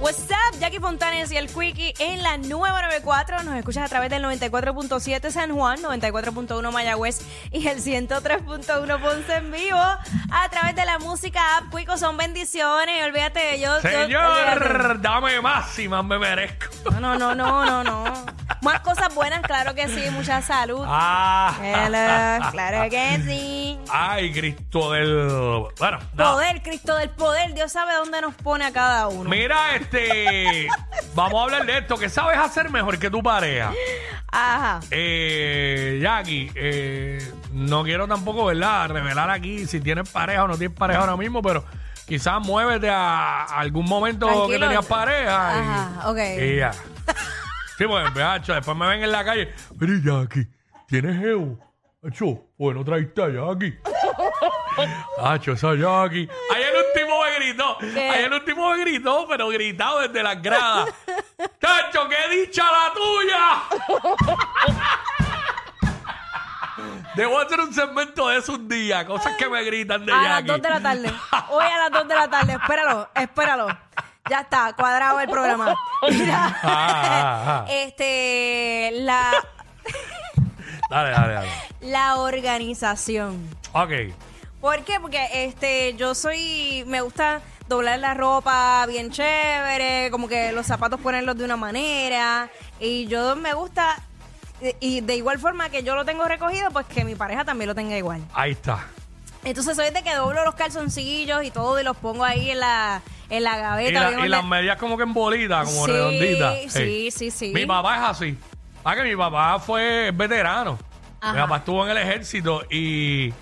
What's up, Jackie Fontanes y el Quickie en la nueva 94. Nos escuchas a través del 94.7 San Juan, 94.1 Mayagüez y el 103.1 Ponce en vivo. A través de la música app, Cuico, son bendiciones. Olvídate de yo. yo- olvídate. Señor, dame más y más me merezco. No, no, no, no, no, no. Más cosas buenas, claro que sí. Mucha salud. Ah, Hello, claro que sí. ay, Cristo del. Bueno, nada. Poder, Cristo del poder. Dios sabe dónde nos pone a cada uno. Mira, este. vamos a hablar de esto. ¿Qué sabes hacer mejor que tu pareja? Ajá. Eh, Jackie, eh, no quiero tampoco, ¿verdad? Revelar aquí si tienes pareja o no tienes pareja ahora mismo, pero quizás muévete a algún momento que Tranquilo. tenías pareja. y- Ajá, ok. y ya. Sí, pues, ve, acho, después me ven en la calle. Mira, Jackie, ¿tienes Evo? Acho, bueno, traiste a Jackie. Acho, esa Jackie. Ayer el último me gritó. Ayer el último me gritó, pero gritado desde las gradas. ¡Chacho, qué dicha la tuya! Debo hacer un segmento de esos días, cosas que me gritan de A las Jackie. 2 de la tarde. Hoy a las 2 de la tarde. Espéralo, espéralo. Ya está, cuadrado el programa. Mira. Ah, ah, ah. Este, la, Dale, dale, dale. la organización. Ok. ¿Por qué? Porque este, yo soy, me gusta doblar la ropa bien chévere, como que los zapatos ponerlos de una manera. Y yo me gusta, y de igual forma que yo lo tengo recogido, pues que mi pareja también lo tenga igual. Ahí está. Entonces soy de que doblo los calzoncillos y todo y los pongo ahí en la, en la Y, gaveta. la- bien y las orden- medias como que en bolita, como Sí, redonditas. sí, Ey. sí, sí. Mi papá es así. Ah, que mi papá fue veterano. Ajá. Mi papá estuvo en el ejército y,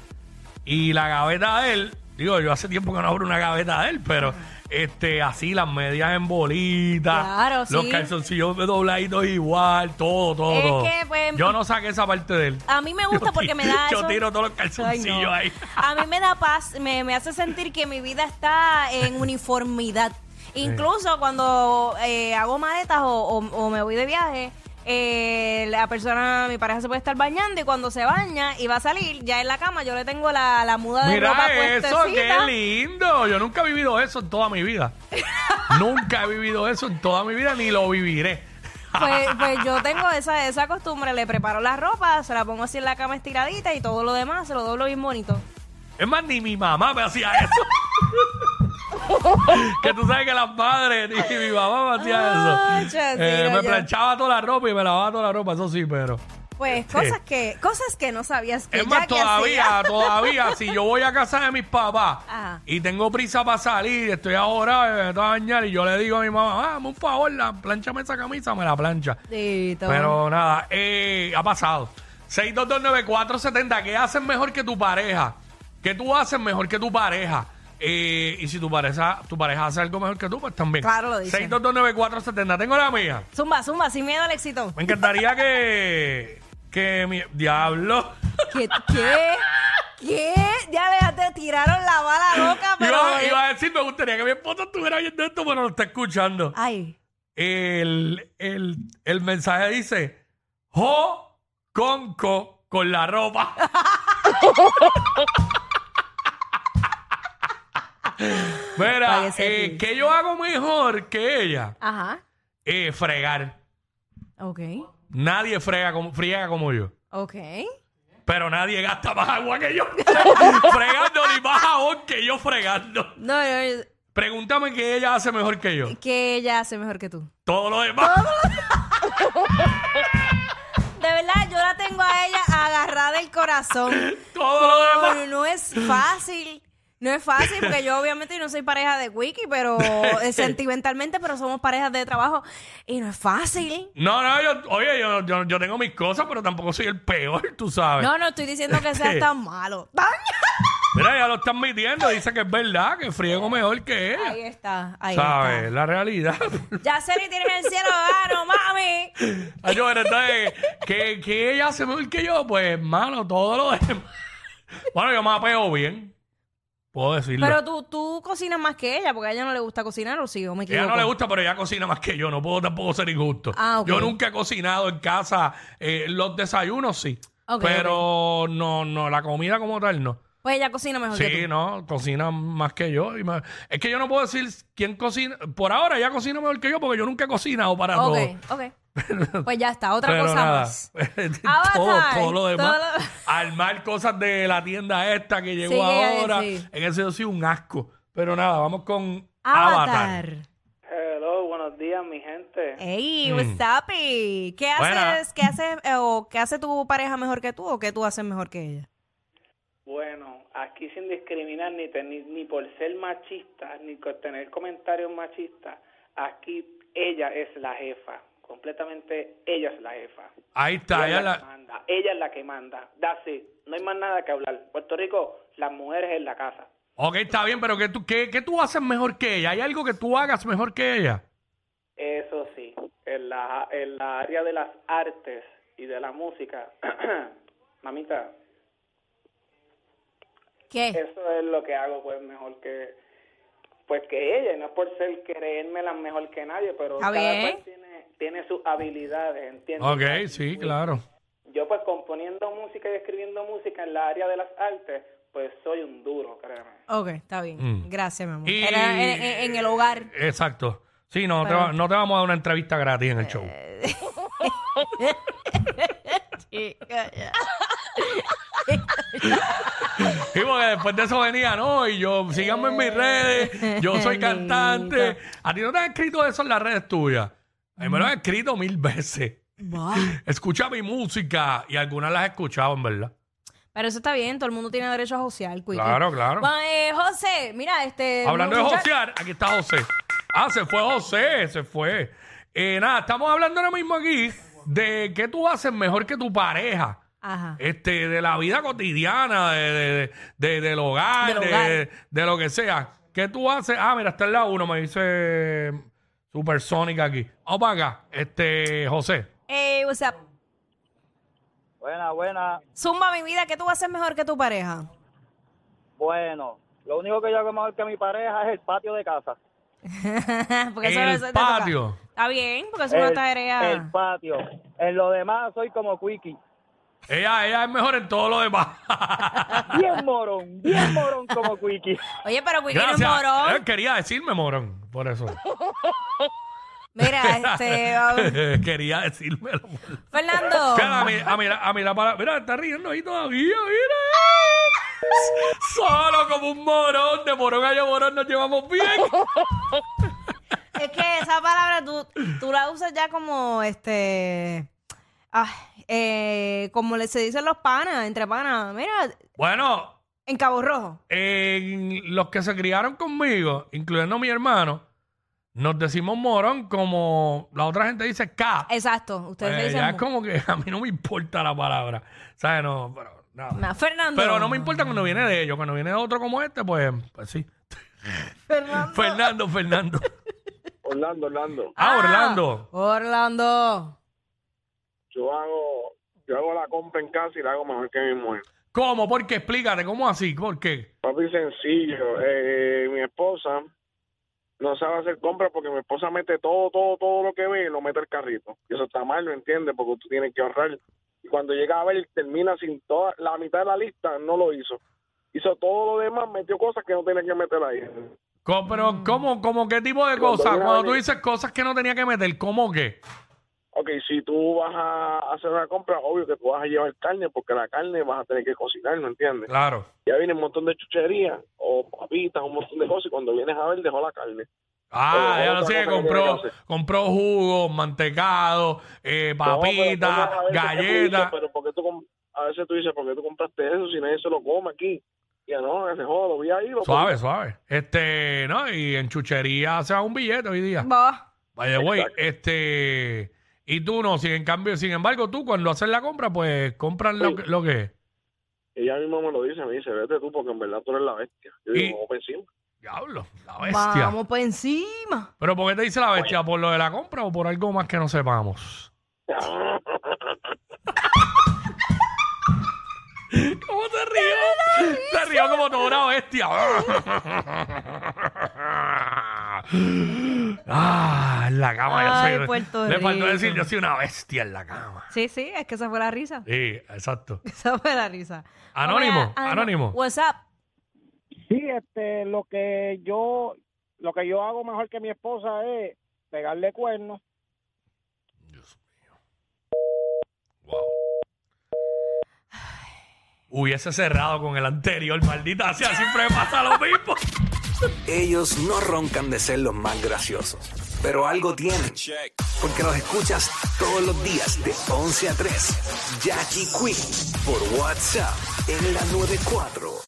y la gaveta de él, digo, yo hace tiempo que no abro una gaveta de él, pero este, así las medias en bolita, Claro, los sí. calzoncillos dobladitos igual, todo, todo. Es todo. que, pues, yo no saqué esa parte de él. A mí me gusta Yo porque ti- me da Yo eso- tiro todos los Ay, calzoncillos no. ahí. A mí me da paz, me, me hace sentir que mi vida está en uniformidad. Incluso cuando eh, hago maletas o, o- o me voy de viaje, eh, la persona, mi pareja se puede estar bañando y cuando se baña y va a salir, ya en la cama yo le tengo la, la muda de ropa Mira eso, puestecita. qué lindo. Yo nunca he vivido eso en toda mi vida. nunca he vivido eso en toda mi vida, ni lo viviré. Pues, pues yo tengo esa, esa costumbre, le preparo la ropa, se la pongo así en la cama estiradita y todo lo demás se lo doblo bien bonito. Es más, ni mi mamá me hacía eso. que tú sabes que las madres ni mi mamá me hacía Ay, eso. Chaciro, Eh, me Ah, ya. planchaba toda la ropa y me lavaba toda la ropa, eso sí, pero. Pues cosas que cosas que no sabías que Es más, Jackie todavía, hacía. Ah. todavía, si yo voy a casa de mis papás Ajá. y tengo prisa para salir, estoy ahora, eh, me meto a bañar y yo le digo a mi mamá, ah, hazme un favor, la, planchame esa camisa, me la plancha. Dito. Pero nada, eh, ha pasado. 6229470, ¿qué haces mejor que tu pareja? ¿Qué tú haces mejor que tu pareja? Eh, y si tu pareja, tu pareja hace algo mejor que tú, pues también. Claro, lo dice. 6229470, tengo la mía. Zumba, zumba, sin miedo al éxito. Me encantaría que... que mi... Diablo. ¿Qué? ¿Qué? ¿Qué? Ya le- ya te tiraron la bala loca, pero. Iba, iba a decir, me gustaría que mi esposa estuviera viendo esto, pero lo está escuchando. Ay. El, el, el mensaje dice, jo, conco, con la ropa. Para Mira, que se eh, ríe. que yo hago mejor que ella, Ajá. eh, fregar. Ok. Nadie frega como, friega como yo. Ok. Pero nadie gasta más agua que yo. fregando ni más jabón que yo fregando. No, no, Pregúntame qué ella hace mejor que yo. no, que ella hace mejor que tú. Todo lo demás. De verdad, yo la tengo a ella agarrada del corazón. Todo lo demás. No, no es fácil. No es fácil porque yo obviamente no soy pareja de Wiki, pero eh, sentimentalmente, pero somos parejas de trabajo y no es fácil. No, no, yo, oye, yo, yo, yo tengo mis cosas, pero tampoco soy el peor, tú sabes. No, no estoy diciendo que seas tan malo. ¡Tan! Mira, ya lo están midiendo, dice que es verdad, que friego mejor que ella. Ahí está, ahí ¿Sabes? La realidad. está. Yaceli tiene en el cielo, ah, no mami. Ay, yo, pero entonces, que, que ella hace mejor que yo, pues, hermano, todo lo demás. Bueno, yo me apego bien, puedo decirlo. Pero tú, tú cocinas más que ella, porque a ella no le gusta cocinar, o sí, o me ella equivoco. no le gusta, pero ella cocina más que yo, no puedo tampoco ser injusto. Ah, ok. Yo nunca he cocinado en casa, eh, los desayunos sí, Ok, pero no, no, la comida como tal no. Pues ella cocina mejor que Sí, tú. no, cocina más que yo. y más- Es que yo no puedo decir quién cocina. Por ahora ella cocina mejor que yo porque yo nunca he cocinado para ok, todo. ok. pues ya está, otra Pero cosa nada. más. todo, Avatar, todo lo demás. todo lo- Armar cosas de la tienda esta que llegó Sí, que ella ahora. decía. En ese yo soy un asco. Pero nada, vamos con Avatar. Avatar. Hello, buenos días, mi gente. Hey, what's up? y? ¿Qué haces? Mm. Buena. ¿Qué haces eh, o qué hace tu pareja mejor que tú o qué tú haces mejor que ella? Bueno, aquí sin discriminar ni, te- ni, ni por ser machista, ni por tener comentarios machistas, aquí ella es la jefa. Completamente ella es la jefa. Ahí está. Ella ella es la que la... manda. Ella es la que manda. That's it. No hay más nada que hablar. Puerto Rico, las mujeres en la casa. Ok, está bien, pero ¿qué tú, qué, qué tú haces mejor que ella? ¿Hay algo que tú hagas mejor que ella? Eso sí, en la, en la área de las artes y de la música, mamita, ¿Qué? Eso es lo que hago, pues, mejor que pues que ella, y no es por ser creérmela mejor que nadie, pero Está cada bien. cual tiene, tiene sus habilidades, ¿entiendes? Ok, sí, claro. Yo, pues, componiendo música y escribiendo música en la área de las artes, pues, soy un duro, créeme. Ok, está bien. Gracias, mi amor. Mm. Y- Era en, en- en el hogar. Exacto. Sí, no, te va- no te vamos a dar una entrevista gratis en el show. Eh. Y porque después de eso venía, ¿no? Y yo, síganme Eh. en mis redes, yo soy cantante. A ti no te han escrito eso en las redes tuyas. A mí me lo han escrito mil veces. Bah. Escucha mi música y algunas las he escuchado, en verdad. Pero eso está bien, todo el mundo tiene derecho a josear, cuico. Claro, claro. Bueno, eh, José, mira, este... Hablando de muchacho- josear, aquí está José. Ah, se fue José, se fue. Eh, nada, estamos hablando ahora mismo aquí de qué tú haces mejor que tu pareja. Ajá. Este, de la vida cotidiana, de, de- de- del hogar, Del de, hogar. de lo que sea. ¿Qué tú haces? Ah, mira, está en la 1, me dice Supersónica aquí. Vamos para acá, este, José. Ey, what's up? Buena, buena. Zumba, mi vida, ¿qué tú haces mejor que tu pareja? Bueno, lo único que yo hago mejor que mi pareja es el patio de casa. porque El te toca. patio. Está bien, porque eso no el, está el patio. En lo demás soy como Quickie. Ella, ella es mejor en todo lo demás. Bien morón, bien morón como Quickie. Oye, pero Quickie era un Gracias. Eh, morón. quería decirme morón, por eso. Mira, este... um, quería decírmelo. morón. Fernando. Mira, a mí, a mí, a mí la palabra. Mira, está riendo ahí todavía, mira. Solo como un morón, de morón a yo morón nos llevamos bien. Es que esa palabra tú, tú la usas ya como este. ah, eh, como le- se dicen los panas, entre panas. Mira, Bueno, en Cabo Rojo. en los que se criaron conmigo, incluyendo mi hermano, nos decimos morón como la otra gente dice K. Exacto, Eh, ustedes Pues le dicen. ya es como que a mí no me importa la palabra. ¿Sabes? No, pero nada. No, Fernando. Pero no me importa cuando viene de ellos. Cuando viene de otro como este, pues, pues sí. Fernando. Fernando, Fernando. Orlando, Orlando, Ah, Orlando. Orlando. yo hago, yo hago la compra en casa y la hago mejor que mi mujer. ¿Cómo? ¿Por qué? Explícate, ¿cómo así? ¿Por qué? Papi, sencillo, eh, mi esposa no sabe hacer compras porque mi esposa mete todo, todo, todo lo que ve y lo mete al carrito. Y eso está mal, ¿lo entiendes? Porque tú tienes que ahorrar. Y cuando llega a ver, termina sin toda, la mitad de la lista, no lo hizo. Hizo todo lo demás, metió cosas que no tenía que meter ahí. Co- Mm. Pero, ¿cómo, cómo qué tipo de Cuando cosas? viene Cuando a tú venir- dices cosas que no tenía que meter, ¿cómo qué? Ok, si tú vas a hacer una compra, obvio que tú vas a llevar carne porque la carne vas a tener que cocinar, ¿no entiendes? Claro. ya viene un montón de chucherías o papitas, un montón de cosas, y cuando vienes a ver, dejó la carne. Ah, ya Pero lo otra sé, cosa que compró, tiene que hacer. compró jugos, mantecados, eh, papitas, No, pero tú vas a ver que tú dices, galletas. Pero porque tú, com- a veces tú dices, ¿por qué tú compraste eso si nadie se lo come aquí? Y ya no, pues. que se joda, lo vi ahí. Lo Suave, suave. Este, ¿no? Y en chuchería se va un billete hoy día. Vos. Vaya, güey, Exacto. este. Y tú no, sin en cambio, sin embargo, tú cuando haces la compra, pues compran lo, Sí. que- lo que es. Ella misma me lo dice, me dice, vete tú porque en verdad tú eres la bestia. Yo Y- digo, ¿cómo por encima? Diablo, la bestia. Vamos por encima. Pero ¿por qué te dice la bestia? ¿Por lo de la compra o por algo más que no sepamos? ¿Cómo te río? Te río como toda una bestia. Ay, bestia Ah, en la cama. Ay, yo soy, Puerto le faltó Rico. decir, yo soy una bestia en la cama. Sí, sí, es que esa fue la risa. Sí, exacto. Esa fue la risa. Anónimo, Vamos allá. Ah, no. anónimo. WhatsApp. Sí, este, lo que yo, lo que yo hago mejor que mi esposa es pegarle cuernos. Dios mío. Wow. Hubiese cerrado con el anterior, maldita sea, siempre me pasa lo mismo. Ellos no roncan de ser los más graciosos, pero algo tienen. Porque los escuchas todos los días de 11 a 3. Jackie Quinn por WhatsApp en la 94.